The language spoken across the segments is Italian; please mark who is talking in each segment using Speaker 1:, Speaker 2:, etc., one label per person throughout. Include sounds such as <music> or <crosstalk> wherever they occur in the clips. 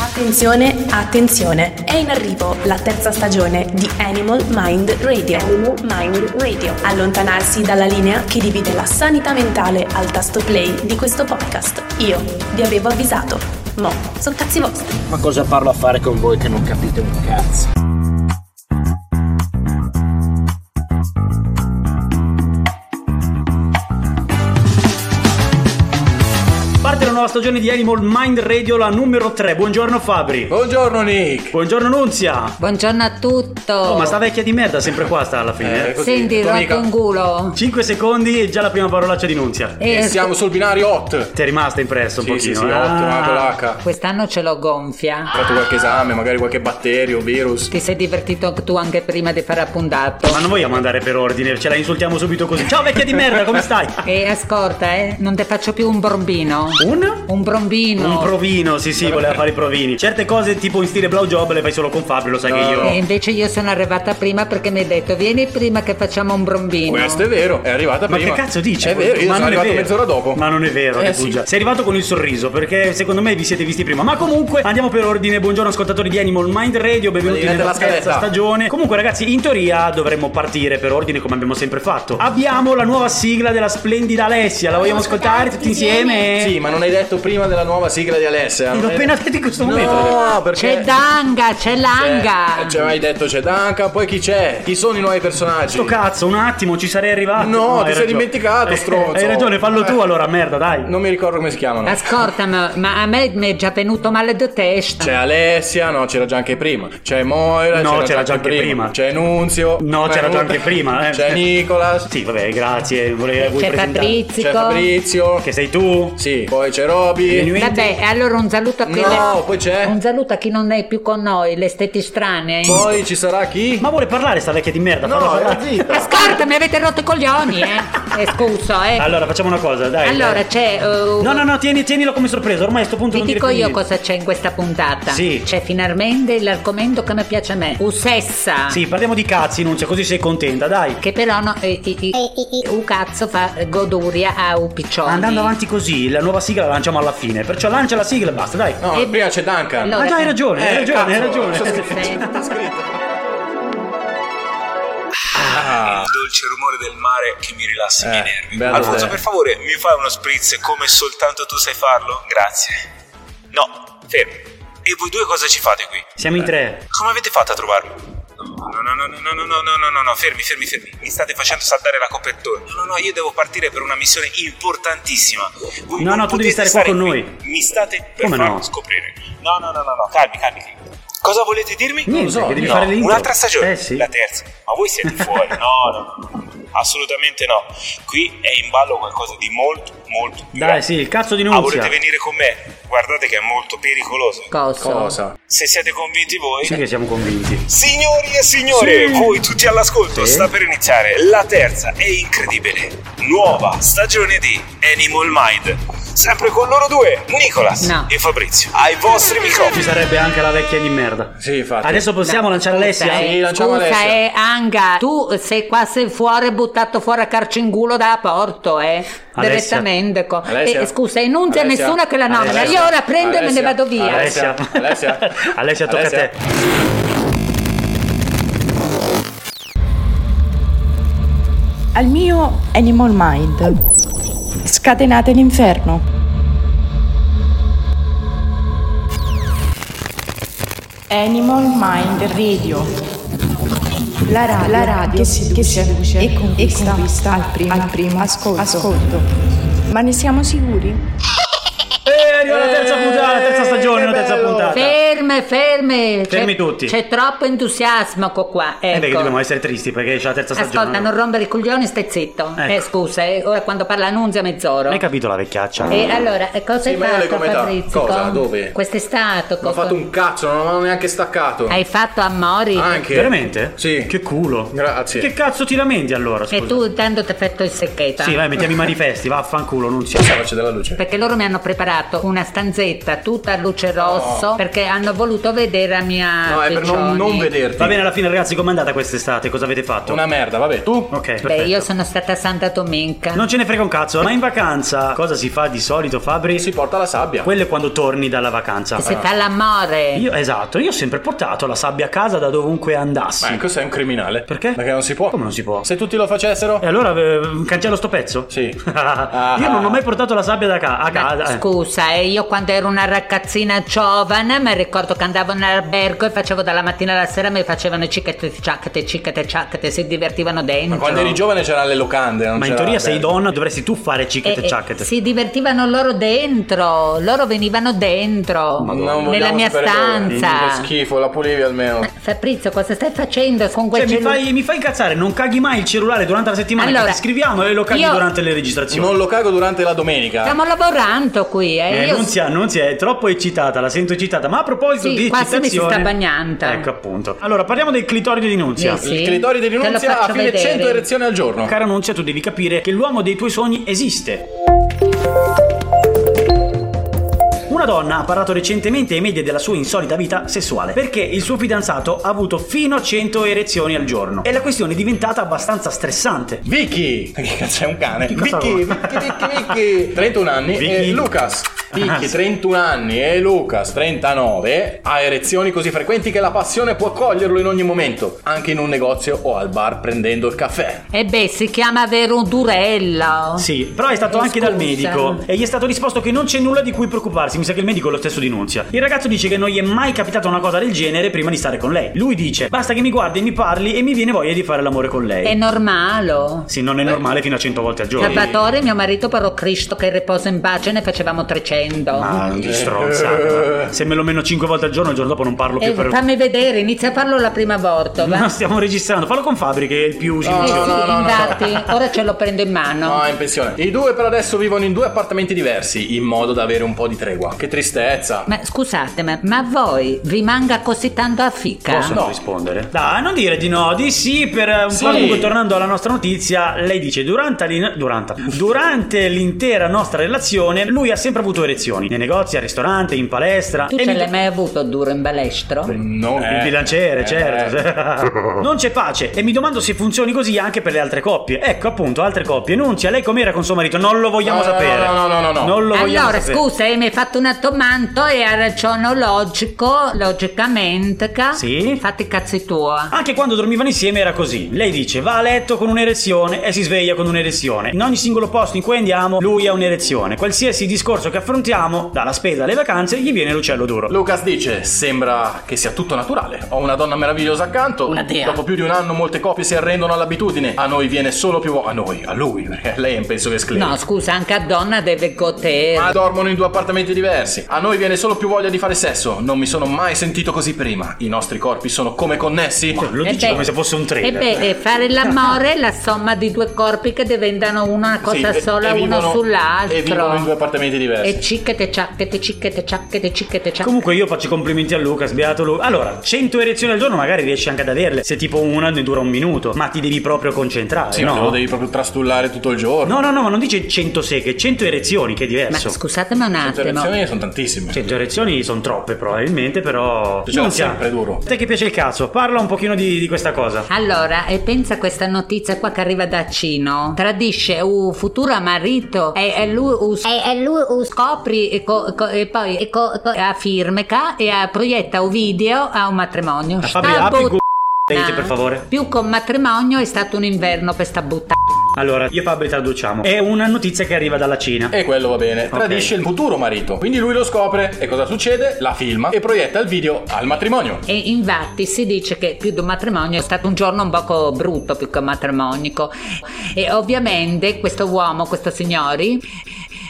Speaker 1: Attenzione, attenzione, è in arrivo la terza stagione di Animal Mind Radio. Animal Mind Radio. Allontanarsi dalla linea che divide la sanità mentale al tasto play di questo podcast. Io vi avevo avvisato. Mo, sono cazzi vostri.
Speaker 2: Ma cosa parlo a fare con voi che non capite un cazzo?
Speaker 3: Parte la nuova stagione di Animal Mind Radio, la numero 3. Buongiorno Fabri.
Speaker 4: Buongiorno Nick.
Speaker 3: Buongiorno Nunzia.
Speaker 5: Buongiorno a tutto.
Speaker 3: Oh, ma sta vecchia di merda sempre qua sta alla fine.
Speaker 4: Eh, così,
Speaker 5: Senti,
Speaker 4: tua
Speaker 5: rotto
Speaker 4: amica.
Speaker 5: un culo.
Speaker 3: 5 secondi e già la prima parolaccia di Nunzia.
Speaker 5: Eh,
Speaker 4: E siamo sul binario hot.
Speaker 3: Ti è rimasta impressa un
Speaker 4: Sì,
Speaker 3: pochino.
Speaker 4: sì, sì, hot,
Speaker 3: Ah.
Speaker 4: una con l'H.
Speaker 5: Quest'anno ce l'ho gonfia.
Speaker 4: Ho fatto qualche esame, magari qualche batterio, virus.
Speaker 5: Ti sei divertito tu anche prima di fare appuntato.
Speaker 3: Ma non vogliamo andare per ordine, ce la insultiamo subito così. Ciao vecchia di merda,
Speaker 4: <laughs>
Speaker 3: come stai?
Speaker 5: E ascolta, eh, non ti faccio più un brombino.
Speaker 3: Un?
Speaker 5: Un brombino.
Speaker 3: Un provino, sì sì, voleva fare i provini. Certe cose tipo in stile blowjob le fai solo con Fabri, lo sai che io...
Speaker 5: E invece io sono arrivata prima perché mi hai detto vieni prima che facciamo un brombino.
Speaker 4: Questo è vero, è arrivata
Speaker 3: Ma
Speaker 4: prima.
Speaker 3: che cazzo dici?
Speaker 4: È vero, io
Speaker 3: Ma
Speaker 4: sono
Speaker 3: non è
Speaker 4: arrivato
Speaker 3: vero.
Speaker 4: mezz'ora dopo.
Speaker 3: Ma non è vero,
Speaker 4: Eh,
Speaker 3: che
Speaker 4: sì.
Speaker 3: bugia. Sei arrivato con il sorriso perché secondo me vi siete visti prima. Ma comunque andiamo per ordine. Buongiorno ascoltatori di Animal Mind Radio, benvenuti
Speaker 4: Arrivate
Speaker 3: nella
Speaker 4: alla
Speaker 3: terza
Speaker 4: scaletta.
Speaker 3: stagione. Comunque ragazzi, in teoria dovremmo partire per ordine come abbiamo sempre fatto. Abbiamo la nuova sigla della splendida Alessia. La
Speaker 4: Ah,
Speaker 3: vogliamo ascoltare tutti insieme?
Speaker 4: Eh. Sì, ma non hai detto prima della nuova sigla di Alessia.
Speaker 3: L'ho
Speaker 4: non hai
Speaker 3: appena
Speaker 4: detto-
Speaker 3: detto in questo momento.
Speaker 4: No, perché
Speaker 5: C'è Danga, c'è Langa.
Speaker 4: Eh, Cioè, hai detto c'è Duncan, poi chi c'è? Chi sono i nuovi personaggi?
Speaker 3: Sto cazzo, un attimo, ci sarei arrivato.
Speaker 4: No, ti
Speaker 3: hai
Speaker 4: sei dimenticato,
Speaker 3: Eh,
Speaker 4: stronzo.
Speaker 3: Hai ragione, fallo tu
Speaker 4: Eh.
Speaker 3: allora, merda, dai.
Speaker 4: Non mi ricordo come si chiamano.
Speaker 5: Ascoltami, ma a me mi è già venuto male di testa.
Speaker 4: C'è Alessia, no, c'era già anche prima. C'è Moira,
Speaker 3: No, c'era già anche prima.
Speaker 4: C'è Nunzio.
Speaker 3: No,
Speaker 4: Ma
Speaker 3: c'era già
Speaker 4: Nun-
Speaker 3: anche prima, eh.
Speaker 4: C'è Nicolas.
Speaker 3: Sì, vabbè, grazie. Volevo
Speaker 5: C'è Fabrizio.
Speaker 4: C'è Fabrizio.
Speaker 3: Che sei tu?
Speaker 4: Sì, poi c'è Roby.
Speaker 3: Genuini?
Speaker 5: Vabbè, e allora un saluto a chi
Speaker 4: No, poi c'è.
Speaker 5: Un saluto a chi non è più con noi, le steti strane.
Speaker 4: Poi ci sarà chi?
Speaker 3: Ma vuole parlare sta vecchia di merda? Falla
Speaker 4: No, eh. era
Speaker 3: parlare.
Speaker 4: zitta.
Speaker 5: Ascolta, mi avete rotto i coglioni, eh. eh scuso, eh.
Speaker 3: Allora, facciamo una cosa, dai.
Speaker 5: Allora, c'è. eh,
Speaker 3: No, no, no, tieni, tienilo come sorpresa. Ormai a sto punto
Speaker 5: Vi
Speaker 3: non ti
Speaker 5: dico io
Speaker 3: ricordi
Speaker 5: cosa c'è in questa puntata.
Speaker 3: Sì.
Speaker 5: C'è finalmente l'argomento che mi piace a me. Usessa.
Speaker 3: niente. Sì, parliamo di cazzi, Nuncia, così sei contenta, dai.
Speaker 5: Che però no. eh, i- i- un cazzo fa goduria a un piccione.
Speaker 3: Andando avanti così, la nuova sigla la lanciamo alla fine. Perciò lancia la sigla e basta, dai.
Speaker 4: No,
Speaker 5: Eh,
Speaker 4: prima c'è Duncan.
Speaker 5: allora-
Speaker 3: Ah, già, hai ragione, hai
Speaker 4: Eh,
Speaker 3: ragione,
Speaker 4: cazzo,
Speaker 3: hai ragione.
Speaker 4: c'è
Speaker 5: Sì.
Speaker 4: scritto, c'è scritto.
Speaker 6: il dolce rumore del mare che mi rilassa i
Speaker 4: Eh,
Speaker 6: miei nervi.
Speaker 4: bello
Speaker 6: Alfonso,
Speaker 4: te.
Speaker 6: per favore, mi fai uno spritz come soltanto tu sai farlo? Grazie. No, fermi. E voi due cosa ci fate qui?
Speaker 3: Siamo in tre.
Speaker 6: Come avete fatto a trovarmi? No, no, no, no, no, no, no, no, no, no, no, fermi, fermi, fermi. Mi state facendo saltare la copertura. No, no, no, io devo partire per una missione importantissima. Voi
Speaker 3: No,
Speaker 6: non
Speaker 3: no, tu devi
Speaker 6: potete
Speaker 3: stare qua
Speaker 6: stare
Speaker 3: con
Speaker 6: qui.
Speaker 3: noi.
Speaker 6: Mi state per
Speaker 3: Come
Speaker 6: farlo
Speaker 3: no?
Speaker 6: scoprire. No, no, no, no, no, calmi, calmi. Cosa volete dirmi?
Speaker 3: Niente, che devi
Speaker 6: no.
Speaker 3: fare l'intro.
Speaker 6: Un'altra stagione,
Speaker 3: Eh, sì.
Speaker 6: la terza. Ma voi siete fuori? No, no, no, no. assolutamente no. Qui è in ballo qualcosa di molto, molto più
Speaker 3: Dai,
Speaker 6: grande.
Speaker 3: sì, il cazzo di
Speaker 6: Ah,
Speaker 3: Nunzia.
Speaker 6: volete venire con me? Guardate che è molto pericoloso.
Speaker 5: Coso.
Speaker 4: Cosa?
Speaker 6: Se siete convinti voi,
Speaker 3: Sì che siamo convinti.
Speaker 6: Signori e signore, voi tutti all'ascolto,
Speaker 3: Sì.
Speaker 6: sta per iniziare la terza e incredibile nuova stagione di Animal Mind. Sempre con loro due, Nicolas
Speaker 5: No.
Speaker 6: e Fabrizio, ai vostri
Speaker 3: Ci
Speaker 6: microfoni.
Speaker 3: sarebbe anche la vecchia di merda.
Speaker 4: Sì, infatti.
Speaker 3: Adesso possiamo
Speaker 5: No,
Speaker 3: lanciare
Speaker 5: scusa,
Speaker 3: Alessia?
Speaker 5: eh,
Speaker 4: Sì, lanciamo
Speaker 5: scusa,
Speaker 4: Alessia.
Speaker 5: eh, Anga, tu sei qua, sei fuori, buttato fuori a carcingulo da porto, eh.
Speaker 3: Alessia.
Speaker 5: Direttamente. co-
Speaker 4: Alessia.
Speaker 5: eh, scusa, e non c'è
Speaker 4: Alessia.
Speaker 5: nessuno che la nomina.
Speaker 4: Alessia.
Speaker 5: Io ora prendo e me ne
Speaker 4: Alessia.
Speaker 5: vado via.
Speaker 3: Alessia.
Speaker 4: Alessia.
Speaker 3: <laughs> Alessia, tocca a te.
Speaker 7: Al mio Animal Mind. Scatenate l'inferno. Animal Mind Radio. La radio, che seduce, e conquista, al primo, ascolto. ascolto. Ma ne siamo sicuri?
Speaker 5: Eh,
Speaker 3: E arriva la terza puntata, la terza stagione,
Speaker 5: ferme, ferme. Eh, C'è-
Speaker 3: Fermi tutti.
Speaker 5: C'è troppo entusiasmo co- qua.
Speaker 3: Eh, beh, che dobbiamo
Speaker 5: Ecco.
Speaker 3: essere tristi perché c'è la terza stagione.
Speaker 5: Ascolta, non rompere i coglioni, stai zitto.
Speaker 3: Ecco.
Speaker 5: Eh, scusa, eh, ora quando parla Nunzia mezz'oro.
Speaker 3: Hai capito la vecchiaccia?
Speaker 5: E allora, eh, cosa
Speaker 4: Sì,
Speaker 5: hai
Speaker 4: ma io
Speaker 5: fatto,
Speaker 4: leggo a metà.
Speaker 5: Fabrizio?
Speaker 4: Cosa? Dove?
Speaker 5: Quest'estate,
Speaker 4: Non ho fatto un cazzo, non ho neanche staccato.
Speaker 5: Hai fatto a Mori?
Speaker 4: Anche.
Speaker 3: Veramente? Sì. Che culo.
Speaker 4: Grazie.
Speaker 3: Che cazzo ti lamenti allora? Scusa.
Speaker 5: E tu tanto ti hai fatto il secchetto.
Speaker 3: Sì, vai, mettiamo i manifesti, vaffanculo, non si Facciamoci
Speaker 4: della luce.
Speaker 5: Perché loro mi hanno preparato una stanzetta tutta a luce rosso
Speaker 3: Oh.
Speaker 5: perché hanno voluto vedere la mia. Ciccioni.
Speaker 3: Va bene, alla fine, ragazzi, com'è andata quest'estate? Cosa avete fatto? Una
Speaker 4: merda, vabbè, tu?
Speaker 3: Ok,
Speaker 5: Beh,
Speaker 3: perfetto.
Speaker 5: io sono stata a Santa Domenica.
Speaker 3: Non ce ne frega un cazzo, ma in vacanza cosa si fa di solito, Fabri? Si
Speaker 4: porta la sabbia.
Speaker 3: Quello è quando torni dalla vacanza.
Speaker 5: Che si fa l'amore.
Speaker 3: Io, esatto, io ho sempre portato la sabbia a casa da dovunque andassi.
Speaker 4: Ecco, sei un criminale.
Speaker 3: Perché?
Speaker 4: Perché non si può.
Speaker 3: Come non si può?
Speaker 4: Se tutti lo facessero.
Speaker 3: E allora eh, cancello sto pezzo? Sì. <laughs> Io non ho mai portato la sabbia da ca- a casa. eh.
Speaker 5: Scusa, eh, io quando ero una ragazzina giovane mi ricordo che andavo in albergo e facevo dalla mattina alla sera mi facevano i ciccate ciaccate, ciccate ciaccate, si divertivano
Speaker 4: Ma
Speaker 5: dentro.
Speaker 4: quando eri giovane c'erano le locande. non
Speaker 3: Ma in
Speaker 4: c'era
Speaker 3: teoria sei
Speaker 4: l'albergo.
Speaker 3: donna, dovresti tu fare cicchet
Speaker 5: Eh,
Speaker 3: e
Speaker 5: eh,
Speaker 3: ciacchet.
Speaker 5: si divertivano loro dentro, loro venivano dentro,
Speaker 4: Madonna, non
Speaker 5: nella
Speaker 4: vogliamo
Speaker 5: mia
Speaker 4: sapere dove. Che
Speaker 5: stanza.
Speaker 4: schifo, la pulivi almeno.
Speaker 5: Fabrizio, cosa stai facendo con quel
Speaker 3: Cioè, mi,
Speaker 5: cellu-
Speaker 3: fai, mi fai incazzare, non caghi mai il cellulare durante la settimana.
Speaker 5: Allora,
Speaker 3: che ti scriviamo e lo caghi
Speaker 5: io-
Speaker 3: durante le registrazioni.
Speaker 4: Non lo cago durante la domenica.
Speaker 5: Stiamo lavorando qui, eh.
Speaker 3: Eh,
Speaker 5: io
Speaker 3: non, si è, non si è, è troppo eccitata, la sento eccitata. Ma a proposito
Speaker 5: Sì,
Speaker 3: di
Speaker 5: quasi
Speaker 3: eccitazione,
Speaker 5: mi si sta bagnando.
Speaker 3: Ecco appunto. Allora, parliamo del clitoride di Nunzia.
Speaker 5: Eh sì, Il clitoride di te lo Nunzia faccio
Speaker 4: a fine vedere. 100 erezioni al giorno.
Speaker 3: Cara Nunzia, tu devi capire che l'uomo dei tuoi sogni esiste. Una donna ha parlato recentemente ai media della sua insolita vita sessuale perché il suo fidanzato ha avuto fino a 100 erezioni al giorno e la questione è diventata abbastanza stressante.
Speaker 4: Vicky! Che cazzo è un cane?
Speaker 3: cosa
Speaker 4: Vicky, Vicky, Vicky, Vicky, Ah, 31 anni
Speaker 3: Vicky.
Speaker 4: e Lucas. Vicky, 31 anni e Lucas, 39, ha erezioni così frequenti che la passione può coglierlo in ogni momento, anche in un negozio o al bar prendendo il caffè.
Speaker 5: E Eh beh, si chiama vero durello.
Speaker 3: Sì, però è stato
Speaker 5: Eh,
Speaker 3: anche dal
Speaker 5: scusa.
Speaker 3: medico e gli è stato risposto che non c'è nulla di cui preoccuparsi. Mi sa che il medico è lo stesso denunzia. Il ragazzo dice che non gli è mai capitata una cosa del genere prima di stare con lei. Lui dice: Basta che mi guardi, mi parli e mi viene voglia di fare l'amore con lei.
Speaker 5: È normale.
Speaker 3: Sì, non è normale fino a 100 volte al giorno.
Speaker 5: Salvatore, mio marito, però Cristo che riposa in pace, ne facevamo 300.
Speaker 3: Ah, non ti stronzate. ma Se me lo meno 5 volte al giorno, il giorno dopo non parlo più
Speaker 5: Eh,
Speaker 3: per.
Speaker 5: Fammi vedere, inizia a farlo la prima volta. va?
Speaker 3: No, stiamo registrando. Fallo con Fabri, che è il più
Speaker 5: Eh sì,
Speaker 3: silenzioso.
Speaker 5: infatti, ora ce lo prendo in mano.
Speaker 4: No, è in pensione. I due per adesso vivono in due appartamenti diversi, in modo da avere un po' di tregua. Che tristezza.
Speaker 5: Ma scusate, ma, ma a voi rimanga così tanto a fica?
Speaker 3: Posso non rispondere? Dai, non dire di no, di sì per eh, un
Speaker 5: Sì.
Speaker 3: po'. Comunque, tornando alla nostra notizia, lei dice: durante, l'in- durante- durante l'intera nostra relazione, lui ha sempre avuto erezioni. Nei negozi, al ristorante, in palestra.
Speaker 5: Tu
Speaker 3: e
Speaker 5: ce
Speaker 3: mi-
Speaker 5: l'hai mai avuto duro in balestro?
Speaker 4: No,
Speaker 3: <laughs> Il
Speaker 4: Eh,
Speaker 3: bilanciere, certo. <laughs> non c'è pace. E mi domando se funzioni così anche per le altre coppie. Ecco, appunto, altre coppie. Nunzia, lei com'era con suo marito? Non lo vogliamo
Speaker 4: No, no,
Speaker 3: sapere.
Speaker 4: no, no, no, no, no.
Speaker 3: Non lo vogliamo
Speaker 5: Allora,
Speaker 3: sapere.
Speaker 5: scusa, eh, mi hai fatto una domanda e ha ragiono logico, logicamente. ca?
Speaker 3: Sì?
Speaker 5: Fatti i cazzi tua.
Speaker 3: Anche quando dormivano insieme era così. Lei dice va a letto con un'erezione e si sveglia con un'erezione. In ogni singolo posto in cui andiamo, lui ha un'erezione. Qualsiasi discorso che affrontiamo, dalla spesa alle vacanze, gli viene l'uccello duro.
Speaker 4: Lucas dice: Sembra che sia tutto naturale. Ho una donna meravigliosa accanto.
Speaker 5: Una dea.
Speaker 4: Dopo più di un anno, molte coppie si arrendono all'abitudine. A noi viene solo più. A noi, a lui, perché lei è in penso che sclera.
Speaker 5: No, scusa, anche a donna deve godere.
Speaker 4: Ma dormono in due appartamenti diversi. A noi viene solo più voglia di fare sesso. Non mi sono mai sentito così prima. I nostri corpi sono come connessi.
Speaker 3: Lo
Speaker 5: Eh
Speaker 3: dice
Speaker 5: beh. eh,
Speaker 3: come se fosse un
Speaker 5: E
Speaker 3: trailer.
Speaker 5: beh, e fare l'amore è la somma di due corpi che diventano una cosa
Speaker 4: Sì, e-
Speaker 5: sola,
Speaker 4: e vivono-
Speaker 5: uno
Speaker 4: E vivono in due
Speaker 5: sull'altro.
Speaker 4: appartamenti diversi.
Speaker 5: E cicchete ciacchete, cicchete ciacchete, cicchete ciacchete.
Speaker 3: Comunque io faccio i complimenti a Lucas, beato lui. Allora, 100 erezioni al giorno magari riesci anche ad averle, se tipo una ne dura un minuto, ma ti devi proprio concentrare,
Speaker 4: Sì,
Speaker 3: no?
Speaker 4: ma lo devi proprio trastullare tutto il giorno.
Speaker 3: No, no, no, ma non dice 100 secche, 100 erezioni, che è
Speaker 5: Ma
Speaker 3: diverso.
Speaker 5: scusatemi un
Speaker 4: Le
Speaker 5: attimo.
Speaker 4: lezioni sono tantissime.
Speaker 3: 100 erezioni sono troppe probabilmente, però...
Speaker 4: Cioè,
Speaker 3: Non
Speaker 4: sempre
Speaker 3: sia-
Speaker 4: duro.
Speaker 3: A te che piace il cazzo, parla un pochino di, di questa cosa.
Speaker 5: Allora, e pensa a questa notizia qua che arriva da Cino. Tradisce un futuro marito e, e lui, us- e- e lui us- scopri e, co- co- e poi e co- co- a firmeca e a- proietta un video a un matrimonio.
Speaker 3: Fabri,
Speaker 5: Sta
Speaker 3: apri il
Speaker 5: but-
Speaker 3: cu- dite, per favore.
Speaker 5: Ah. Più con matrimonio è stato un inverno per sta buttata.
Speaker 3: Allora, io e Fabri traduciamo. È una notizia che arriva dalla Cina.
Speaker 4: E quello va bene. Tradisce il futuro marito. Quindi lui lo scopre. E cosa succede? La filma e proietta il video al matrimonio.
Speaker 5: E infatti si dice che più di un matrimonio è stato un giorno un poco brutto più che un matrimonico. E ovviamente questo uomo, questo signore,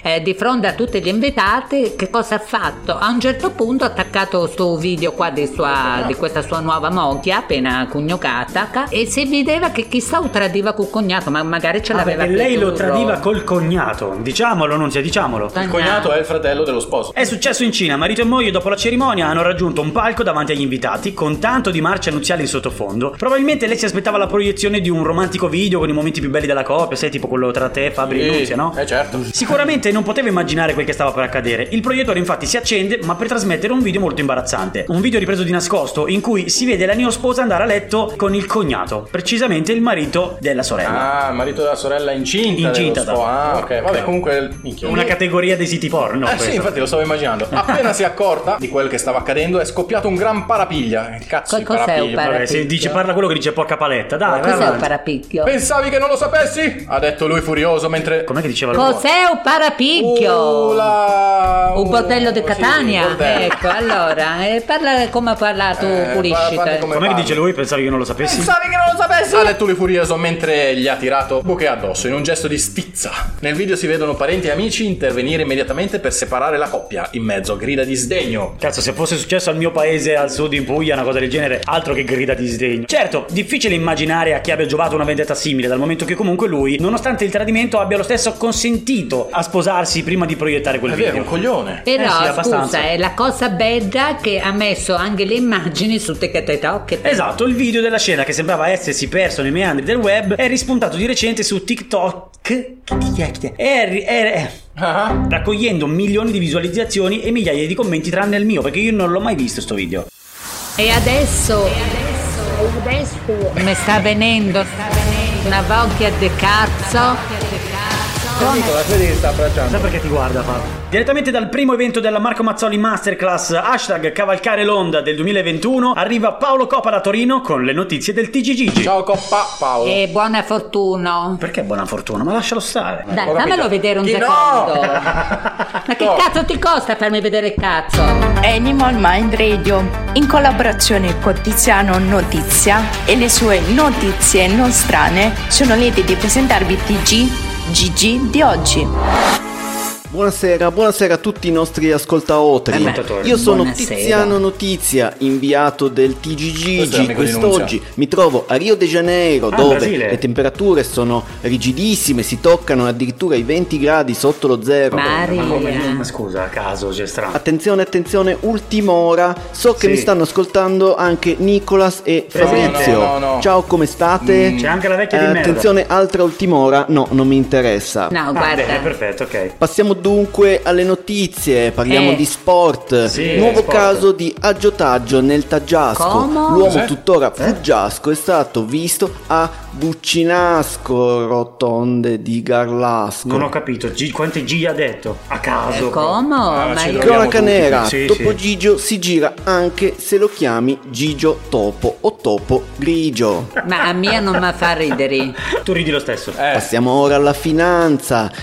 Speaker 5: eh, di fronte a tutti gli invitati che cosa ha fatto a un certo punto ha attaccato sto video qua di, sua- di questa sua nuova moglie appena cognucata ca- e si vedeva che chissà lo tradiva col cognato ma magari ce
Speaker 3: Ah,
Speaker 5: l'aveva
Speaker 3: perché lei lo
Speaker 5: chiuso.
Speaker 3: tradiva col cognato. Diciamolo, Nunzia, diciamolo.
Speaker 5: Il cognato
Speaker 4: è il fratello dello sposo.
Speaker 3: È successo in Cina, marito e moglie dopo la cerimonia hanno raggiunto un palco davanti agli invitati con tanto di marcia nuziale in sottofondo. Probabilmente lei si aspettava la proiezione di un romantico video con i momenti più belli della coppia, sai, tipo quello tra te, Fabri e
Speaker 4: Sì,
Speaker 3: Nunzia, no?
Speaker 4: Eh certo.
Speaker 3: Sicuramente non poteva immaginare quel che stava per accadere. Il proiettore infatti si accende, ma per trasmettere un video molto imbarazzante. Un video ripreso di nascosto in cui si vede la neosposa andare a letto con il cognato, precisamente il marito della sorella.
Speaker 4: Ah, il marito della sorella incinta.
Speaker 3: Incinta,
Speaker 4: dello spo-
Speaker 3: da-
Speaker 4: Ah, ok. Vabbè, comunque. Minchia.
Speaker 5: Eh,
Speaker 3: Una categoria dei siti porno.
Speaker 4: eh
Speaker 3: questo.
Speaker 4: sì, infatti lo stavo immaginando.
Speaker 3: <laughs>
Speaker 4: Appena si è accorta di quello che stava accadendo, è scoppiato un gran parapiglia. Il Cazzo di
Speaker 5: Cos'è un
Speaker 4: parapiglia.
Speaker 3: Vabbè, se dice parla quello che dice porca paletta,
Speaker 4: Eh.
Speaker 3: dai, vai
Speaker 5: cos'è un
Speaker 3: avanti.
Speaker 5: parapicchio
Speaker 4: Pensavi che non lo sapessi? Ha detto lui furioso mentre.
Speaker 3: Com'è che diceva
Speaker 5: cos'è un parapicchio un bordello di
Speaker 4: sì,
Speaker 5: Catania
Speaker 4: bordello.
Speaker 5: ecco allora eh, parla come parla tu
Speaker 4: Eh,
Speaker 5: pulisci
Speaker 4: parla
Speaker 5: te.
Speaker 4: come
Speaker 3: Com'è che
Speaker 4: parla.
Speaker 3: dice lui? Pensavi che non lo sapessi?
Speaker 5: Esatto.
Speaker 4: Pensavi che non lo sapessi? Ha detto lui furioso mentre gli ha tirato bocche addosso in un gesto di stizza. Nel video si vedono parenti e amici intervenire immediatamente per separare la coppia in mezzo a grida di sdegno.
Speaker 3: Cazzo, se fosse successo al mio paese, al sud in Puglia, una cosa del genere, altro che grida di sdegno. Certo, difficile immaginare a chi abbia giovato una vendetta simile, dal momento che comunque lui, nonostante il tradimento, abbia lo stesso consentito a sposarsi prima di proiettare quel
Speaker 4: È
Speaker 3: video.
Speaker 4: vero, è un coglione.
Speaker 3: Eh sì,
Speaker 5: Però
Speaker 3: abbastanza.
Speaker 5: scusa, è la cosa bella che ha messo anche le immagini su TikTok.
Speaker 3: Esatto, il video della scena che sembrava essersi perso nei meandri del web è rispuntato di recente su TikTok. Chi chi è? Chi è? È ri- è- è-
Speaker 4: Ah,
Speaker 3: Raccogliendo milioni di visualizzazioni e migliaia di commenti tranne il mio, perché io non l'ho mai visto sto video.
Speaker 5: E adesso, mi sta venendo una voglia di cazzo.
Speaker 4: Nicola, vedi che sta abbracciando.
Speaker 3: Sai perché ti guarda Fabio? Direttamente dal primo evento della Marco Mazzoli Masterclass hashtag Cavalcare l'Onda del 2021 arriva Paolo Coppa da Torino con le notizie del TGG.
Speaker 4: Ciao Coppa Paolo.
Speaker 5: E buona fortuna.
Speaker 3: Perché buona fortuna? Ma lascialo stare.
Speaker 5: Dai,
Speaker 4: Ho capito.
Speaker 5: fammelo vedere un
Speaker 4: Chi no?
Speaker 5: secondo. Ma che
Speaker 4: No.
Speaker 5: cazzo ti costa farmi vedere il cazzo?
Speaker 7: Animal Mind Radio, in collaborazione con Tiziano Notizia e le sue notizie non strane, sono lieti di presentarvi TG GG di oggi.
Speaker 8: Buonasera, buonasera a tutti i nostri ascoltatori.
Speaker 3: Ascoltatori.
Speaker 8: Io sono
Speaker 5: Eh Buonasera.
Speaker 8: Tiziano Notizia, inviato del
Speaker 4: Questo è <laughs>
Speaker 8: TGG.
Speaker 4: l'amico di
Speaker 8: Quest'oggi mi trovo a Rio de Janeiro,
Speaker 3: Ah,
Speaker 8: dove
Speaker 3: Brasile.
Speaker 8: le temperature sono rigidissime, si toccano addirittura i 20 gradi sotto lo zero.
Speaker 3: Ma come?
Speaker 5: Maria.
Speaker 3: Ma scusa, a caso c'è strano.
Speaker 8: Attenzione, attenzione, ultima ora. So
Speaker 3: Sì.
Speaker 8: che mi stanno ascoltando anche Nicolas e
Speaker 3: Presente.
Speaker 8: Fabrizio.
Speaker 4: No, no, no.
Speaker 8: Ciao, come state?
Speaker 3: C'è anche la vecchia di
Speaker 8: Eh,
Speaker 3: merda.
Speaker 8: Attenzione, altra ultima ora. No, non mi interessa.
Speaker 5: No,
Speaker 3: Ah, bene,
Speaker 5: guarda.
Speaker 3: perfetto, ok.
Speaker 8: Passiamo dunque alle notizie, parliamo
Speaker 5: Eh.
Speaker 8: di sport.
Speaker 3: Sì,
Speaker 8: Nuovo
Speaker 3: sport.
Speaker 8: caso di aggiotaggio nel Taggiasco.
Speaker 5: Come?
Speaker 8: L'uomo
Speaker 4: Cos'è?
Speaker 8: tuttora
Speaker 3: Eh?
Speaker 8: fuggiasco è stato visto a Buccinasco, rotonde di Garlasco.
Speaker 3: Non ho capito, G- quante G ha detto? A caso.
Speaker 5: Come?
Speaker 4: Ah,
Speaker 5: Ma
Speaker 4: ce
Speaker 5: io-
Speaker 4: l'ho.
Speaker 8: Cronaca
Speaker 4: tutti.
Speaker 8: nera,
Speaker 3: Sì,
Speaker 8: Topo
Speaker 3: sì.
Speaker 8: Gigio si gira anche se lo chiami Gigio Topo o Topo Grigio.
Speaker 5: ma a mia non mi fa ridere.
Speaker 3: Tu ridi lo stesso.
Speaker 4: Eh,
Speaker 8: Passiamo ora alla finanza.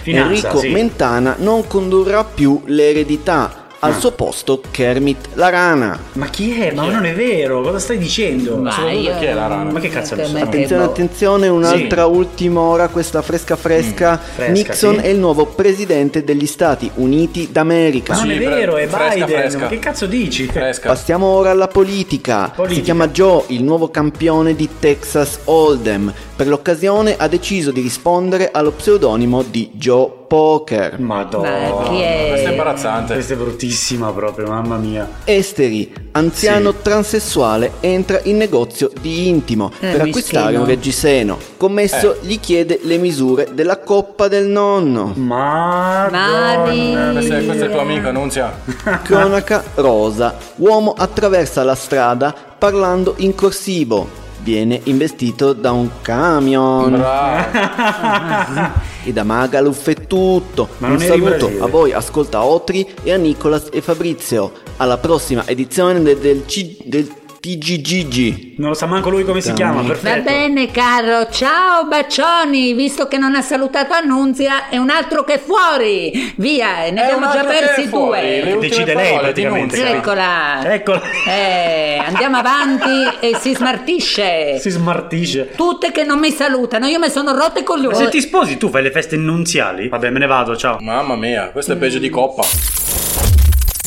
Speaker 3: Finanza,
Speaker 8: Enrico
Speaker 3: sì.
Speaker 8: Mentana non condurrà più l'eredità. Al suo posto Kermit la rana.
Speaker 3: Ma chi è? Ma non è vero, cosa stai dicendo?
Speaker 5: Ma
Speaker 3: Secondo
Speaker 5: io-
Speaker 3: te chi è la rana? Ma che cazzo ne so?
Speaker 5: Come-
Speaker 8: Attenzione,
Speaker 5: boh.
Speaker 8: attenzione, un'altra ultima ora, questa fresca fresca.
Speaker 3: fresca,
Speaker 8: Nixon
Speaker 3: sì.
Speaker 8: è il nuovo presidente degli Stati Uniti d'America.
Speaker 3: Ma non è
Speaker 4: Sì, pre-
Speaker 3: vero, è
Speaker 4: fresca,
Speaker 3: Biden.
Speaker 4: fresca.
Speaker 3: Ma che cazzo dici?
Speaker 4: fresca.
Speaker 8: Passiamo ora alla politica.
Speaker 3: Politica.
Speaker 8: Si chiama Joe, il nuovo campione di Texas Hold'em. Per l'occasione ha deciso di rispondere allo pseudonimo di Joe Poker.
Speaker 3: Madonna.
Speaker 5: Ma chi
Speaker 4: Questo è
Speaker 5: è?
Speaker 4: imbarazzante.
Speaker 3: Questa è bruttissima proprio, mamma mia.
Speaker 8: Esteri, anziano
Speaker 3: Sì.
Speaker 8: transessuale, entra in negozio di intimo
Speaker 5: Eh,
Speaker 8: per acquistare
Speaker 5: mischino.
Speaker 8: un reggiseno. Commesso gli chiede le misure della coppa del nonno.
Speaker 3: Madonna.
Speaker 4: Questo è, questo è il tuo amico, Nunzia.
Speaker 8: Cronaca rosa. Uomo attraversa la strada parlando in corsivo. Viene investito da un camion.
Speaker 5: Eh,
Speaker 4: Bravo.
Speaker 8: E da Magaluf è tutto.
Speaker 3: Ma
Speaker 8: un
Speaker 3: non eri in
Speaker 8: saluto
Speaker 3: Brasile?
Speaker 8: a voi, ascolta Otri e a Nicolas e Fabrizio. Alla prossima edizione de- del, C- del TGGG.
Speaker 3: Non lo sa manco lui come si chiama,
Speaker 5: Va
Speaker 3: perfetto.
Speaker 5: bene, caro. Ciao, bacioni. Visto che non ha salutato Annunzia, è un altro che è fuori. Via, ne abbiamo già persi
Speaker 4: eh,
Speaker 5: due. Ecco.
Speaker 3: Decide lei praticamente. capito?
Speaker 5: Eccola.
Speaker 3: Eccola.
Speaker 5: Eh, andiamo avanti e si smartisce.
Speaker 3: <laughs> Si smartisce.
Speaker 5: Tutte che non mi salutano, io mi sono rotte con
Speaker 3: Ma
Speaker 5: lui.
Speaker 3: se ti sposi tu fai le feste nunziali? Vabbè, me ne vado, ciao.
Speaker 4: Mamma mia, questo è peggio di coppa.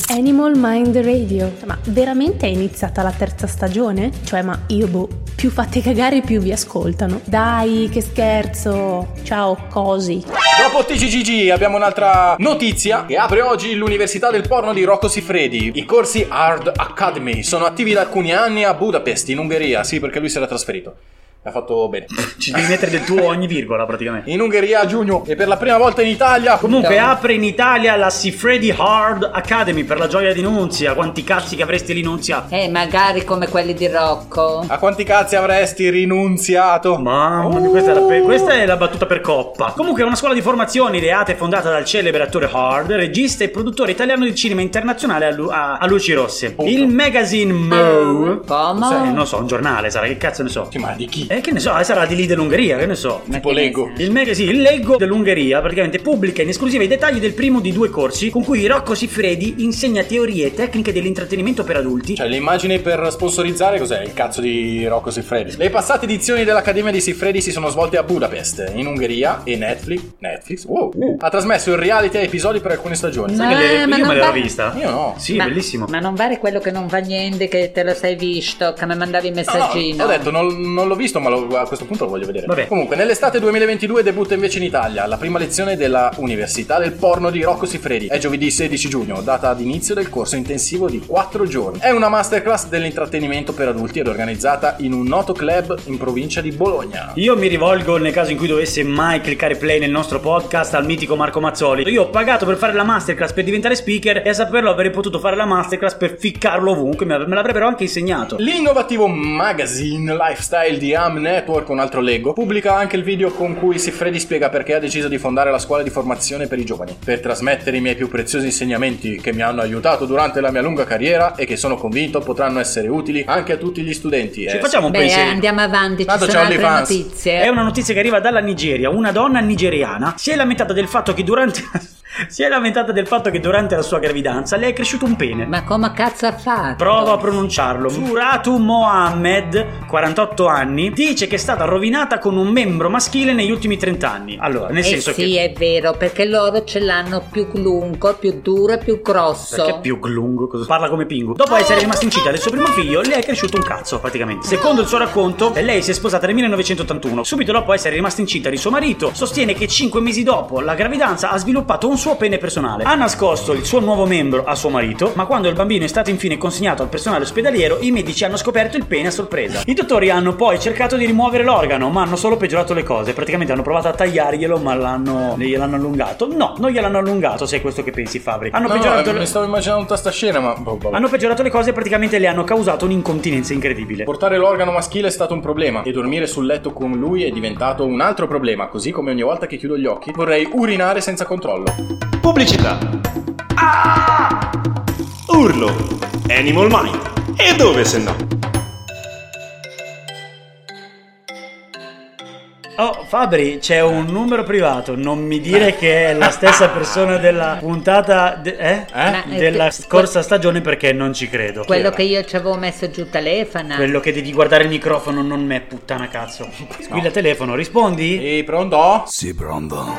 Speaker 1: Animal Mind Radio. Ma veramente è iniziata la terza stagione? Cioè, ma io boh, più fate cagare più vi ascoltano. Dai, che scherzo. Ciao, cosi.
Speaker 4: Dopo TGGG abbiamo un'altra notizia che apre oggi l'Università del Porno di Rocco Siffredi. I corsi Hard Academy sono attivi da alcuni anni a Budapest, in Ungheria. Sì, perché lui si era trasferito. Ha fatto bene.
Speaker 3: Ci devi mettere del tuo ogni virgola praticamente.
Speaker 4: In Ungheria a giugno e per la prima volta in Italia.
Speaker 3: Comunque apre in Italia la Sifredi Hard Academy per la gioia di Nunzia. Quanti cazzi che avresti lì Nunzia?
Speaker 5: Eh, magari come quelli di Rocco.
Speaker 4: A quanti cazzi avresti rinunziato?
Speaker 3: Mamma
Speaker 4: Oh.
Speaker 3: mia, questa, era pe- questa è la battuta per coppa. Comunque è una scuola di formazione ideata e fondata dal celebre attore Hard, regista e produttore italiano di cinema internazionale a, lu- a- a luci rosse. Il magazine Mo. Sai, non lo so, un giornale sarà, che cazzo ne so.
Speaker 4: ma di chi?
Speaker 3: Eh, che ne so, eh, sarà di lì dell'Ungheria, che ne so.
Speaker 4: Tipo Lego.
Speaker 3: Il magazine, il Lego dell'Ungheria, praticamente pubblica in esclusiva i dettagli del primo di due corsi con cui Rocco Siffredi insegna teorie e tecniche dell'intrattenimento per adulti.
Speaker 4: Cioè, le immagini per sponsorizzare cos'è? Il cazzo di Rocco Siffredi. Le passate edizioni dell'Accademia di Siffredi si sono svolte a Budapest, in Ungheria, e Netflix, Netflix wow, uh, ha trasmesso il reality a episodi per alcune stagioni.
Speaker 5: Sai che le- Eh, ma io me non l'ero va-
Speaker 3: vista.
Speaker 4: Io no.
Speaker 3: Sì,
Speaker 5: Ma-
Speaker 3: bellissimo.
Speaker 5: Ma non vale quello che non va niente, che te lo sei visto, che mi mandavi il
Speaker 4: No, no,
Speaker 5: messaggino.
Speaker 4: ho detto, non, non l'ho visto, ma lo- a questo punto lo voglio vedere.
Speaker 3: Vabbè.
Speaker 4: Comunque, nell'estate 2022 debutta invece in Italia la prima lezione della Università del Porno di Rocco Siffredi. È giovedì 16 giugno, data d'inizio del corso intensivo di 4 giorni. È una masterclass dell'intrattenimento per adulti ed organizzata in un noto club in provincia di Bologna.
Speaker 3: Io mi rivolgo nel caso in cui dovesse mai cliccare play nel nostro podcast al mitico Marco Mazzoli. Io ho pagato per fare la masterclass per diventare speaker e a saperlo avrei potuto fare la masterclass per ficcarlo ovunque, me me l'avrebbero anche insegnato.
Speaker 4: L'innovativo magazine lifestyle di Am Network, un altro Lego, pubblica anche il video con cui Siffredi spiega perché ha deciso di fondare la scuola di formazione per i giovani, per trasmettere i miei più preziosi insegnamenti che mi hanno aiutato durante la mia lunga carriera e che sono convinto potranno essere utili anche a tutti gli studenti. Eh,
Speaker 3: Ci facciamo un
Speaker 5: Beh,
Speaker 3: pensiero.
Speaker 5: Eh, andiamo avanti, ci
Speaker 4: Tanto
Speaker 5: sono
Speaker 4: c'è
Speaker 5: altre
Speaker 4: OnlyFans.
Speaker 5: notizie.
Speaker 3: È una notizia che arriva dalla Nigeria. Una donna nigeriana si è lamentata del fatto che durante. <laughs> si è lamentata del fatto che durante la sua gravidanza le è cresciuto un pene.
Speaker 5: Ma come cazzo ha fatto?
Speaker 3: Provo a pronunciarlo. Muratu Mohammed, 48 anni, dice che è stata rovinata con un membro maschile negli ultimi 30 anni. Allora, nel
Speaker 5: eh
Speaker 3: senso
Speaker 5: sì,
Speaker 3: che.
Speaker 5: è vero, perché loro ce l'hanno più lungo, più duro e più grosso.
Speaker 3: Perché è più glungo, cosa- parla come pingu. Dopo essere rimasta incinta del suo primo figlio, le è cresciuto un cazzo, praticamente. Secondo il suo racconto, lei si è sposata nel 1981. Subito dopo essere rimasta incinta di suo marito, sostiene che 5 mesi dopo la gravidanza ha sviluppato un suo pene personale. Ha nascosto il suo nuovo membro a suo marito, ma quando il bambino è stato infine consegnato al personale ospedaliero, i medici hanno scoperto il pene a sorpresa. I dottori hanno poi cercato di rimuovere l'organo, ma hanno solo peggiorato le cose. Praticamente hanno provato a tagliarglielo, ma l'hanno. gliel'hanno allungato. No, non gliel'hanno allungato, se è questo che pensi, Fabri. Hanno
Speaker 4: No, eh, no,
Speaker 3: peggiorato.
Speaker 4: mi stavo immaginando tutta sta scena, ma boh, vabbè.
Speaker 3: Hanno peggiorato le cose e praticamente le hanno causato un'incontinenza incredibile.
Speaker 4: Portare l'organo maschile è stato un problema e dormire sul letto con lui è diventato un altro problema, così come ogni volta che chiudo gli occhi vorrei urinare senza controllo.
Speaker 9: Pubblicità. Ah! Urlo. Animal Mind. E dove se no?
Speaker 3: Oh, Fabri, c'è un numero privato. Non mi dire che è la stessa persona della puntata. de- eh?
Speaker 5: Ma, eh,
Speaker 3: Della
Speaker 5: che-
Speaker 3: scorsa stagione, perché non ci credo.
Speaker 5: Quello che io ci avevo messo giù telefona.
Speaker 3: Quello che devi guardare il microfono, non me, puttana cazzo. Squilla telefono, rispondi?
Speaker 4: Ehi, pronto?
Speaker 10: Sì, pronto.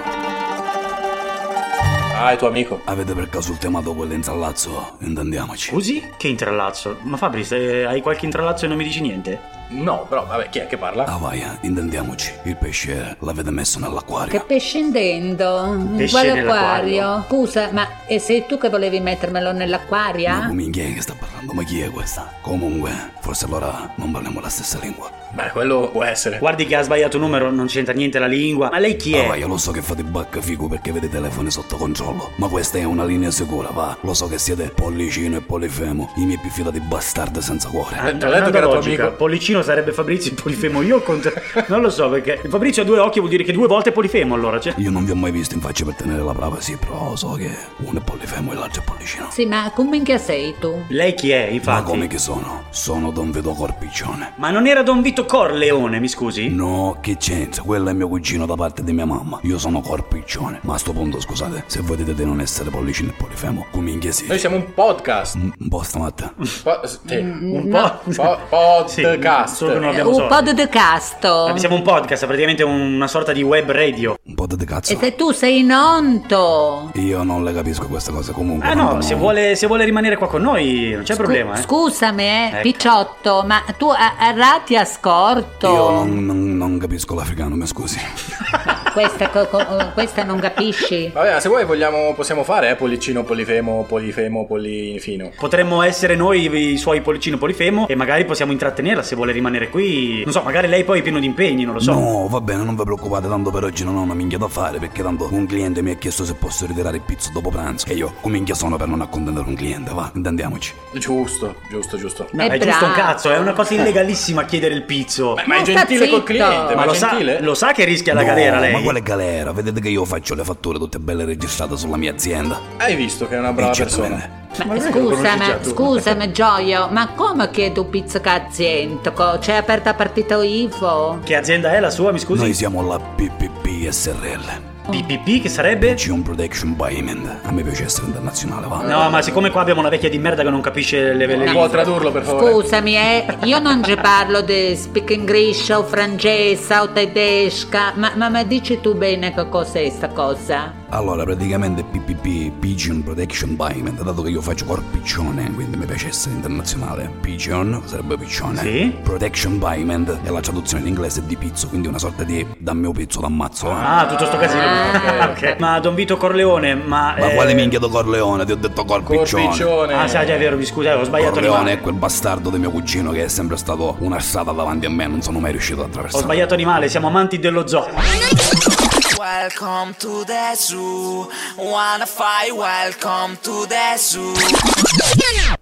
Speaker 4: Ah, è tuo amico.
Speaker 10: Avete per caso il tema dopo l'intrallazzo? Intendiamoci.
Speaker 3: Scusi? Che intrallazzo? Ma Fabri, se hai qualche intrallazzo e non mi dici niente?
Speaker 4: No, però vabbè, chi è che parla?
Speaker 10: Ah, vai, eh, intendiamoci. Il pesce l'avete messo nell'acquario.
Speaker 5: Che pescendendo,
Speaker 10: Pesce
Speaker 5: quale
Speaker 10: nell'acquario.
Speaker 5: acquario? Scusa, ma e sei tu che volevi mettermelo nell'acquaria?
Speaker 10: Ma minchia che sta parlando? Ma chi è questa? Comunque, forse allora non parliamo la stessa lingua.
Speaker 4: Beh, quello può essere.
Speaker 3: Guardi che ha sbagliato numero, non c'entra niente la lingua. Ma lei chi è?
Speaker 10: Ah, vai, lo so che fate bacca figo perché avete i telefoni sotto controllo, ma questa è una linea sicura, va. Lo so che siete pollicino e polifemo, i miei più fidati bastardi senza cuore.
Speaker 3: Ah, no, detto che era Pollicino sarebbe Fabrizio, Polifemo io contro... non lo so perché Fabrizio ha due occhi vuol dire che due volte è Polifemo allora, cioè...
Speaker 10: Io non vi ho mai visto in faccia per tenere la brava, sì, però so che uno è polifemo e l'altro è pollicino.
Speaker 5: Sì, ma come minchia sei tu?
Speaker 3: Lei chi è,
Speaker 10: Ma
Speaker 3: infatti?
Speaker 10: come che sono? Sono Don Vito Corpiccione.
Speaker 3: Ma non era Don Vito Corleone, mi scusi?
Speaker 10: No, che c'entra? Quello è mio cugino da parte di mia mamma. Io sono corpiccione. Ma a sto punto, scusate, se voi dite di non essere pollicino e polifemo, come minchia sì.
Speaker 3: Eh
Speaker 4: Noi siamo un podcast.
Speaker 10: Un po' stamatta.
Speaker 4: Po- sì, un
Speaker 5: no.
Speaker 4: po- po- podcast.
Speaker 3: solo che non abbiamo
Speaker 5: Eh, Un
Speaker 3: soldi.
Speaker 5: po' di casto.
Speaker 3: Eh, Siamo un podcast, praticamente una sorta di web radio.
Speaker 10: Un po' di cazzo.
Speaker 5: E
Speaker 3: Eh
Speaker 5: se tu sei nonto.
Speaker 10: Io non le capisco queste cose comunque.
Speaker 3: Ah no, se vuole, se vuole rimanere qua con noi non c'è problema. Eh.
Speaker 5: Scusami, eh,
Speaker 3: Ecco.
Speaker 5: picciotto, ma tu a, a rati a scorto.
Speaker 3: Certo.
Speaker 10: Io non, non- non capisco l'africano, mi scusi.
Speaker 5: Questa, co- co- questa non capisci?
Speaker 4: Vabbè, ma se vuoi vogliamo, possiamo fare, eh, pollicino, polifemo, polifemo, polifino.
Speaker 3: Potremmo essere noi i suoi Policino Polifemo e magari possiamo intrattenerla se vuole rimanere qui. Non so, magari lei poi è pieno di impegni, non lo so.
Speaker 10: No, va bene, non vi preoccupate, tanto per oggi non ho una minchia da fare, perché tanto un cliente mi ha chiesto se posso ritirare il pizzo dopo pranzo. E io, come minchia sono per non accontentare un cliente, va, intendiamoci.
Speaker 4: Giusto, giusto, giusto.
Speaker 3: No, è giusto un cazzo, è una cosa illegalissima chiedere il pizzo.
Speaker 4: Ma è gentile col cliente, ma,
Speaker 3: Ma
Speaker 4: è
Speaker 3: lo sa,
Speaker 4: gentile.
Speaker 3: lo sa che rischia la
Speaker 10: No,
Speaker 3: galera
Speaker 10: Ma
Speaker 3: lei?
Speaker 10: quale galera? Vedete che io faccio le fatture tutte belle registrate sulla mia azienda. Certo,
Speaker 4: Hai visto che è una brava
Speaker 10: Eh, certamente.
Speaker 4: persona.
Speaker 3: Ma
Speaker 5: Ma
Speaker 3: non è che lo conosci già
Speaker 5: scusami,
Speaker 3: tu.
Speaker 5: scusami Gioio, ma come chiedo pizzo cazziento? C'è aperta partita IVO?
Speaker 3: Che azienda è la sua, mi scusi?
Speaker 10: Noi siamo la PPP SRL.
Speaker 3: PPP che sarebbe?
Speaker 10: Pigeon Protection Payment. A me piace essere internazionale, va.
Speaker 3: No, ma siccome qua abbiamo una vecchia di merda che non capisce le le-
Speaker 4: Può tradurlo per favore?
Speaker 5: Scusami, eh, io non ci parlo di speak English o francese o tedesca, ma, ma mi dici tu bene che cos'è sta cosa?
Speaker 10: Allora, praticamente PPP, Pigeon Protection Payment, dato che io faccio corpiccione, quindi mi piace essere internazionale. Pigeon sarebbe piccione.
Speaker 3: Sì.
Speaker 10: Protection Payment è la traduzione in inglese di pizzo, quindi una sorta di dammi un pizzo, t'ammazzo. eh.
Speaker 3: Ah, tutto sto casino. <laughs>
Speaker 5: Ah,
Speaker 3: Ok. Ma Don Vito Corleone, ma.
Speaker 10: Ma
Speaker 3: eh,
Speaker 10: quale minchia do Corleone? Ti ho detto corpiccione.
Speaker 4: Corpiccione.
Speaker 3: Ah, sai, già è vero, mi scusa, ho sbagliato
Speaker 10: Corleone
Speaker 3: animale.
Speaker 10: è quel bastardo di mio cugino che è sempre stato una strada davanti a me, non sono mai riuscito ad
Speaker 3: Ho
Speaker 10: attraversare.
Speaker 3: sbagliato animale, siamo amanti dello zoo.
Speaker 11: Welcome to the zoo. Wanna fight? Welcome to the zoo.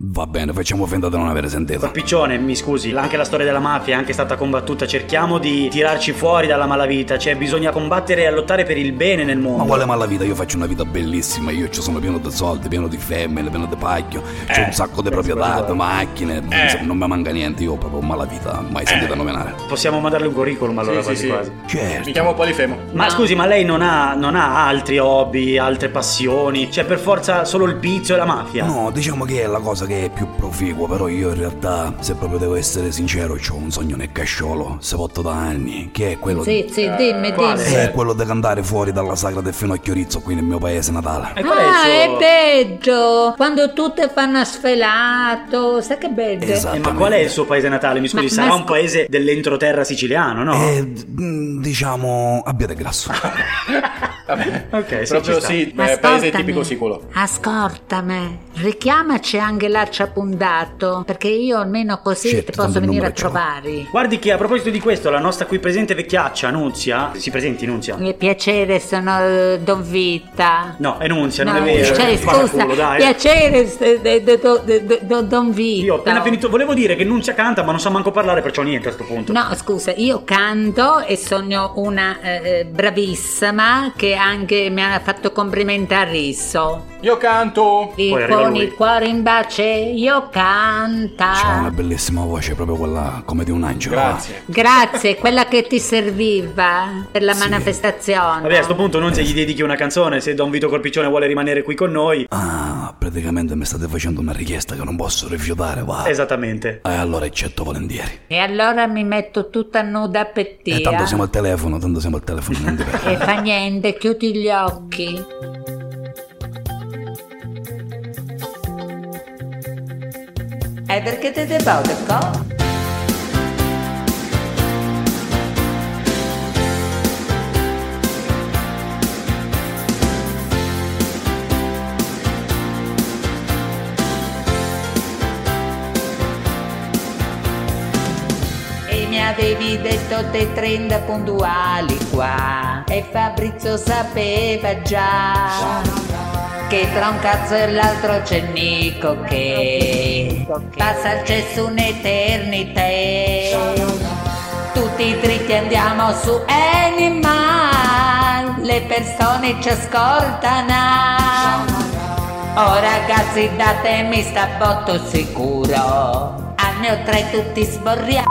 Speaker 10: Va bene, facciamo finta di non aver sentito.
Speaker 3: Corpiccione, mi scusi, anche la storia della mafia è anche stata combattuta. Cerchiamo di tirarci fuori dalla malavita. Cioè, bisogna combattere e lottare per il bene nel mondo.
Speaker 10: Ma quale mala vita? Io faccio una vita bellissima, io ci sono pieno di soldi, pieno di femmine, pieno di pacchio, c'ho
Speaker 3: Eh,
Speaker 10: un sacco di proprietà, di macchine, insomma, non mi manca niente, io ho proprio mala vita, mai
Speaker 3: Eh.
Speaker 10: sentita nominare.
Speaker 3: Possiamo mandarle un curriculum allora
Speaker 4: Sì,
Speaker 3: quasi
Speaker 4: sì,
Speaker 3: quasi.
Speaker 4: Mi
Speaker 10: Certo.
Speaker 4: chiamo Polifemo.
Speaker 3: Ma scusi, ma lei non ha, non ha altri hobby, altre passioni? Cioè, per forza solo il pizzo e la mafia?
Speaker 10: No, diciamo che è la cosa che è più proficua, però io in realtà, se proprio devo essere sincero, ho un sogno nel casciolo, se porto da anni, che è quello
Speaker 5: Sì,
Speaker 10: di...
Speaker 5: sì, dimmi,
Speaker 3: quale?
Speaker 5: dimmi.
Speaker 10: È quello di cantare fuori dalla sagra del Finocchio Rizzo qui nel mio paese natale.
Speaker 3: E qual è il
Speaker 5: Ah,
Speaker 3: suo-
Speaker 5: è peggio! Quando tutte fanno sfelato, sai che bello?
Speaker 3: Eh,
Speaker 10: Esattamente.
Speaker 3: ma qual è il suo paese natale? Mi scusi,
Speaker 5: Ma-
Speaker 3: sarà
Speaker 5: ma
Speaker 3: un paese dell'entroterra siciliano, no?
Speaker 10: Eh, mm, diciamo, abbiate grasso.
Speaker 4: Vabbè.
Speaker 3: ok, sì,
Speaker 4: Proprio
Speaker 3: ci sta.
Speaker 4: sì,
Speaker 5: Ma
Speaker 4: eh, paese
Speaker 5: ascoltami.
Speaker 4: tipico sicuro.
Speaker 5: Ascoltami, richiamaci anche l'accia puntato, perché io almeno così
Speaker 10: Certo,
Speaker 5: ti posso
Speaker 10: tanto il
Speaker 5: venire a
Speaker 10: numero ce l'ho.
Speaker 5: trovare.
Speaker 3: Guardi che a proposito di questo, la nostra qui presente vecchiaccia, Nunzia, si presenti Nunzia?
Speaker 5: Mi piacere, sono eh, Don Vita.
Speaker 3: No, è Nunzia, non
Speaker 5: No,
Speaker 3: è vero.
Speaker 5: cioè, scusa,
Speaker 3: Fanculo, dai.
Speaker 5: piacere, s- eh, de- de- do- de- do- do- Don Vito.
Speaker 3: Io ho appena finito, volevo dire che Nunzia canta, ma non sa manco parlare, perciò niente a sto punto.
Speaker 5: No, scusa, io canto e sono una eh, eh, bravissima che anche mi ha fatto complimenti a Risso.
Speaker 4: Io canto.
Speaker 5: E
Speaker 3: Poi arriva
Speaker 5: con
Speaker 3: lui.
Speaker 5: il cuore in pace io canta.
Speaker 10: C'ha una bellissima voce, proprio quella come di un angelo. va.
Speaker 4: Grazie.
Speaker 5: Grazie, quella che ti serviva per la manifestazione.
Speaker 3: Vabbè, a sto punto Nunzia gli dedichi una canzone, se Don Vito Corpiccione vuole rimanere qui con noi.
Speaker 10: Ah, praticamente mi state facendo una richiesta che non posso rifiutare, va.
Speaker 3: Esattamente.
Speaker 10: E allora accetto volentieri.
Speaker 5: E allora mi metto tutta nuda a pettina.
Speaker 10: E Eh, tanto siamo al telefono, tanto siamo al telefono, non ti
Speaker 5: E
Speaker 10: preoccupare.
Speaker 5: fa niente, chiudi gli occhi. E perché te te paute co? E mi ha avevi detto te 30 puntuali qua e Fabrizio sapeva già che tra un cazzo e l'altro c'è Nico che passa il cesso un'eternità tutti dritti andiamo su Animal le persone ci ascoltano oh ragazzi datemi sta botto sicuro al neo tre tutti sborriamo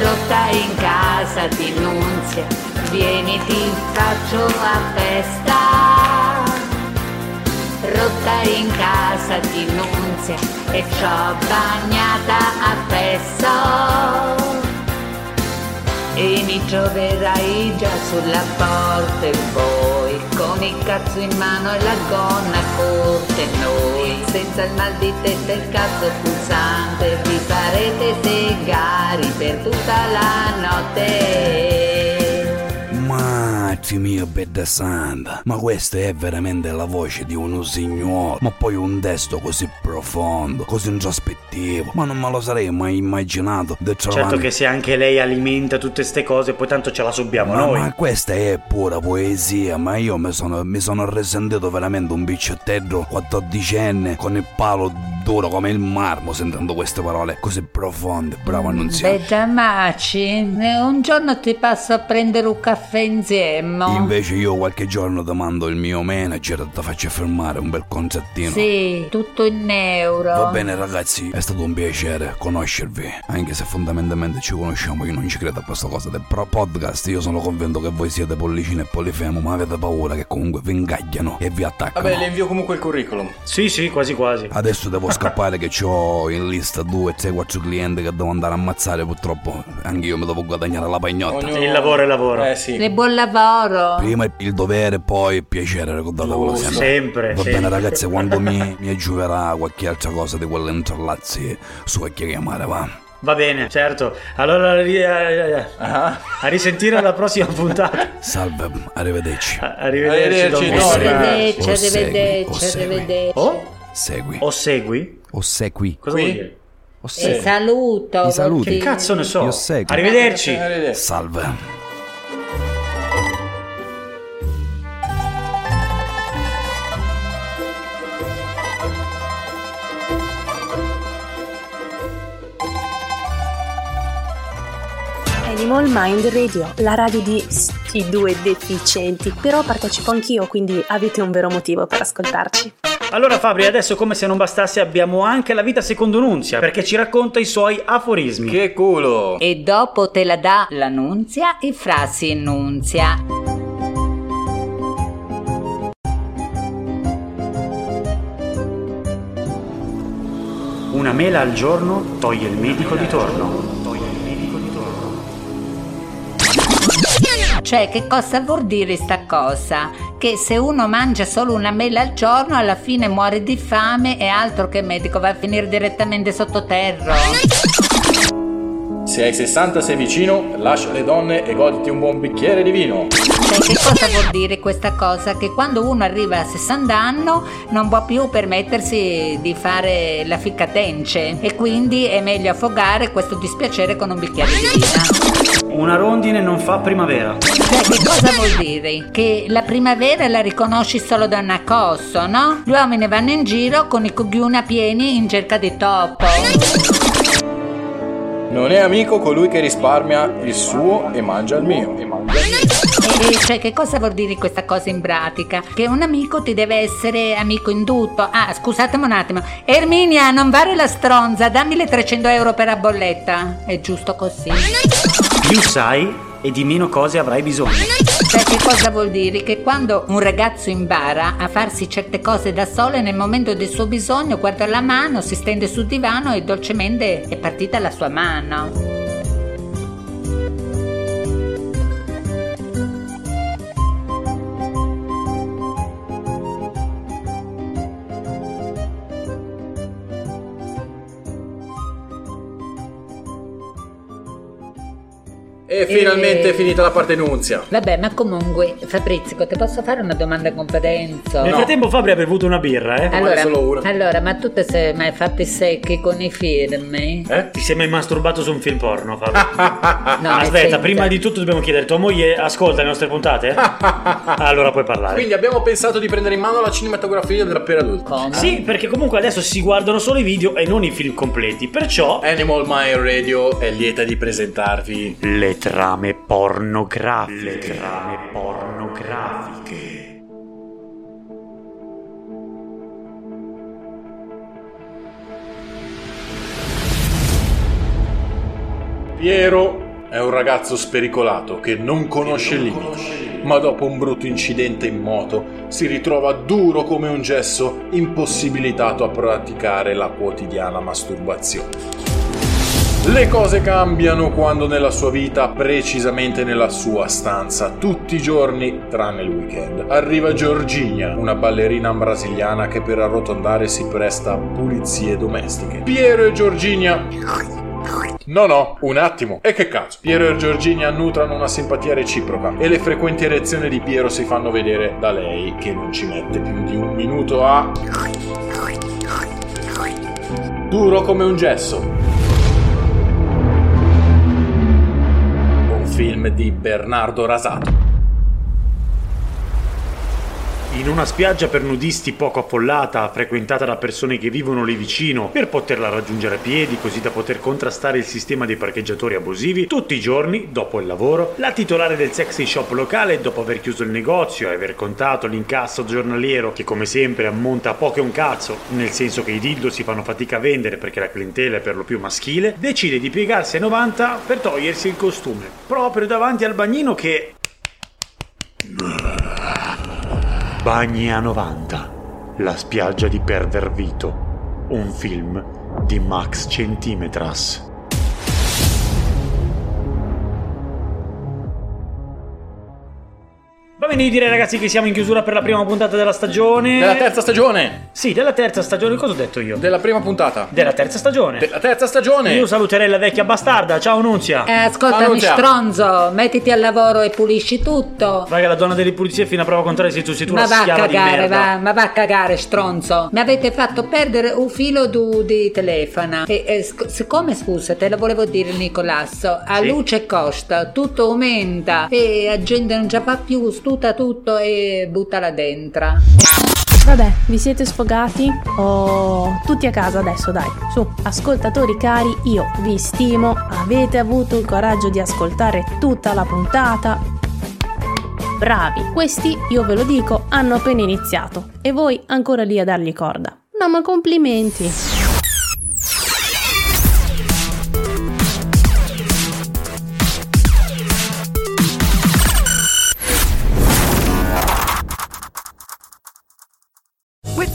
Speaker 5: rotta in casa di Nunzia vieniti faccio a festa rotta in casa di Nunzia e c'ho bagnata a peso e mi troverai già sulla porta e voi con il cazzo in mano e la gonna corte noi senza il mal di testa e il cazzo pulsante vi farete segari per tutta la notte
Speaker 10: Mazzi mia bella santa, ma questa è veramente la voce di uno signore, ma poi un testo così profondo, così introspettivo, ma non me lo sarei mai immaginato di trovare...
Speaker 3: Certo che se anche lei alimenta tutte ste cose, poi tanto ce la subiamo
Speaker 10: Ma,
Speaker 3: noi.
Speaker 10: ma questa è pura poesia, ma io mi sono, mi sono risentito veramente un picciottello quattordicenne con il palo duro come il marmo sentendo queste parole così profonde. Bravo Annunziata.
Speaker 5: Bedamaci, eh, un giorno ti passo a prendere un caffè insieme
Speaker 10: Invece io qualche giorno ti mando il mio manager e ti faccio firmare un bel concertino.
Speaker 5: Sì, tutto in euro.
Speaker 10: Va bene ragazzi, è stato un piacere conoscervi, anche se fondamentalmente ci conosciamo, io non ci credo a questa cosa del pro podcast, io sono convinto che voi siete pollicine e polifemo, ma avete paura che comunque vi ingagliano e vi attaccano.
Speaker 4: Vabbè, le invio comunque il curriculum.
Speaker 3: Sì, sì, quasi quasi.
Speaker 10: Adesso devo
Speaker 4: <laughs>
Speaker 10: scappare che ho in lista 2, 3, 4 clienti che devo andare a ammazzare purtroppo, anche io mi devo guadagnare la pagnotta.
Speaker 3: Il lavoro è lavoro.
Speaker 4: Eh sì.
Speaker 5: E buon lavoro.
Speaker 10: Prima il dovere, poi il piacere, ricordatevelo
Speaker 3: Giusto.
Speaker 10: sempre.
Speaker 3: Sempre,
Speaker 10: Va
Speaker 3: sempre.
Speaker 10: bene ragazzi, quando mi, mi aggiuverà qualche altra cosa di quelle interlazzi, su a chi chiamare, va.
Speaker 3: Va bene, certo. Allora ri- eh, eh, a risentire alla prossima puntata.
Speaker 10: Salve, arrivederci.
Speaker 3: Arrivederci,
Speaker 10: Arrivederci,
Speaker 3: Don
Speaker 10: Donna.
Speaker 3: Max.
Speaker 5: Arrivederci, arrivederci, arrivederci.
Speaker 10: Oh? Segui.
Speaker 3: O segui?
Speaker 10: O segui.
Speaker 3: Cosa vuol dire?
Speaker 10: O
Speaker 5: E saluto.
Speaker 10: Ti saluto.
Speaker 3: Che cazzo ne so?
Speaker 10: Io seguo.
Speaker 3: Arrivederci.
Speaker 10: Salve.
Speaker 1: Animal Mind Radio, la radio di sti due deficienti, però partecipo anch'io, quindi avete un vero motivo per ascoltarci.
Speaker 3: Allora Fabri, adesso come se non bastasse abbiamo anche la vita secondo Nunzia, perché ci racconta i suoi aforismi.
Speaker 4: Che culo!
Speaker 5: E dopo te la dà la nunzia e fra si nunzia.
Speaker 3: Una mela al giorno toglie il medico di torno.
Speaker 5: Cioè, che cosa vuol dire sta cosa? Che se uno mangia solo una mela al giorno, alla fine muore di fame e altro che medico va a finire direttamente sottoterra.
Speaker 4: Se hai 60 sei vicino, lascia le donne e goditi un buon bicchiere di vino.
Speaker 5: Cioè, che cosa vuol dire questa cosa? Che quando uno arriva a 60 anni non può più permettersi di fare la ficcatence e quindi è meglio affogare questo dispiacere con un bicchiere di vino.
Speaker 3: Una rondine non fa primavera.
Speaker 5: Cioè, che cosa vuol dire? Che la primavera la riconosci solo da un accosso, no? Gli uomini vanno in giro con i coglioni pieni in cerca di topo.
Speaker 4: Non è amico colui che risparmia il suo e mangia il mio. E mangia il mio.
Speaker 5: E cioè, che cosa vuol dire questa cosa in pratica? Che un amico ti deve essere amico in tutto. Ah, scusatemi un attimo. Erminia, non vale la stronza, dammi le 300 euro per la bolletta. È giusto così.
Speaker 3: Più sai e di meno cose avrai bisogno.
Speaker 5: Cioè, che cosa vuol dire? Che quando un ragazzo impara a farsi certe cose da solo e nel momento del suo bisogno guarda la mano, si stende sul divano e dolcemente è partita la sua mano.
Speaker 12: E finalmente è finita la partenunzia.
Speaker 5: Vabbè, ma comunque, Fabrizio, ti posso fare una domanda a competenza?
Speaker 9: Nel frattempo Fabri ha bevuto una birra, eh?
Speaker 5: Allora, allora, ma tu ti sei mai fatti secchi con i film?
Speaker 9: Eh? Ti sei mai masturbato su un film porno, Fabri?
Speaker 5: No,
Speaker 9: Aspetta,
Speaker 5: senza.
Speaker 9: prima di tutto dobbiamo chiedere, tua moglie ascolta le nostre puntate? allora puoi parlare.
Speaker 12: Quindi abbiamo pensato di prendere in mano la cinematografia della per adulti.
Speaker 3: Oh.
Speaker 9: Sì, perché comunque adesso si guardano solo i video e non i film completi, perciò...
Speaker 12: Animal Mind Radio è lieta di presentarvi
Speaker 9: le trame pornografiche. Le
Speaker 13: trame
Speaker 9: pornografiche.
Speaker 12: Piero è un ragazzo spericolato che non conosce limiti, ma dopo un brutto incidente in moto si ritrova duro come un gesso, impossibilitato a praticare la quotidiana masturbazione. Le cose cambiano quando nella sua vita, precisamente nella sua stanza, tutti i giorni, tranne il weekend, arriva Giorgina, una ballerina brasiliana che per arrotondare si presta a pulizie domestiche. Piero e Giorgina No, no, un attimo. E che cazzo? Piero e Giorgina nutrano una simpatia reciproca e le frequenti erezioni di Piero si fanno vedere da lei che non ci mette più di un minuto a... Duro come un gesso. Un film di Bernardo Rasato.
Speaker 9: In una spiaggia per nudisti poco affollata, frequentata da persone che vivono lì vicino, per poterla raggiungere a piedi, così da poter contrastare il sistema dei parcheggiatori abusivi, tutti i giorni, dopo il lavoro, la titolare del sexy shop locale, dopo aver chiuso il negozio e aver contato l'incasso giornaliero, che come sempre ammonta a poco e un cazzo, nel senso che i dildo si fanno fatica a vendere perché la clientela è per lo più maschile, decide di piegarsi a 90 per togliersi il costume, proprio davanti al bagnino che Bagni a 90. La spiaggia di Perder Vito. Un film di Max Centimetras. Va bene, io direi ragazzi che siamo in chiusura per la prima puntata della stagione.
Speaker 12: Della terza stagione!
Speaker 9: Sì, della terza stagione, cosa ho detto io?
Speaker 12: Della prima puntata.
Speaker 9: Della terza stagione.
Speaker 12: Della terza stagione!
Speaker 9: Io saluterei la vecchia bastarda. Ciao Nunzia.
Speaker 5: Eh, ascoltami, stronzo, mettiti al lavoro e pulisci tutto.
Speaker 9: Raga, la donna delle pulizie fino a prova contraria sei tu, sei tu
Speaker 5: Ma
Speaker 9: una
Speaker 5: va a
Speaker 9: schiava di
Speaker 5: cagare,
Speaker 9: merda.
Speaker 5: va, ma va a cagare, stronzo. Mi avete fatto perdere un filo du- di telefona. E, e sc- siccome, scusa, te lo volevo dire, Nicolasso, a
Speaker 1: Sì.
Speaker 5: luce costa, tutto aumenta e la gente non ci fa più, stuta tutto e buttala dentro.
Speaker 1: Vabbè, vi siete sfogati? Oh, tutti a casa adesso, dai. Su, ascoltatori cari, io vi stimo. Avete avuto il coraggio di ascoltare tutta la puntata. Bravi, questi, io ve lo dico, hanno appena iniziato. E voi ancora lì a dargli corda. No, ma complimenti.
Speaker 14: With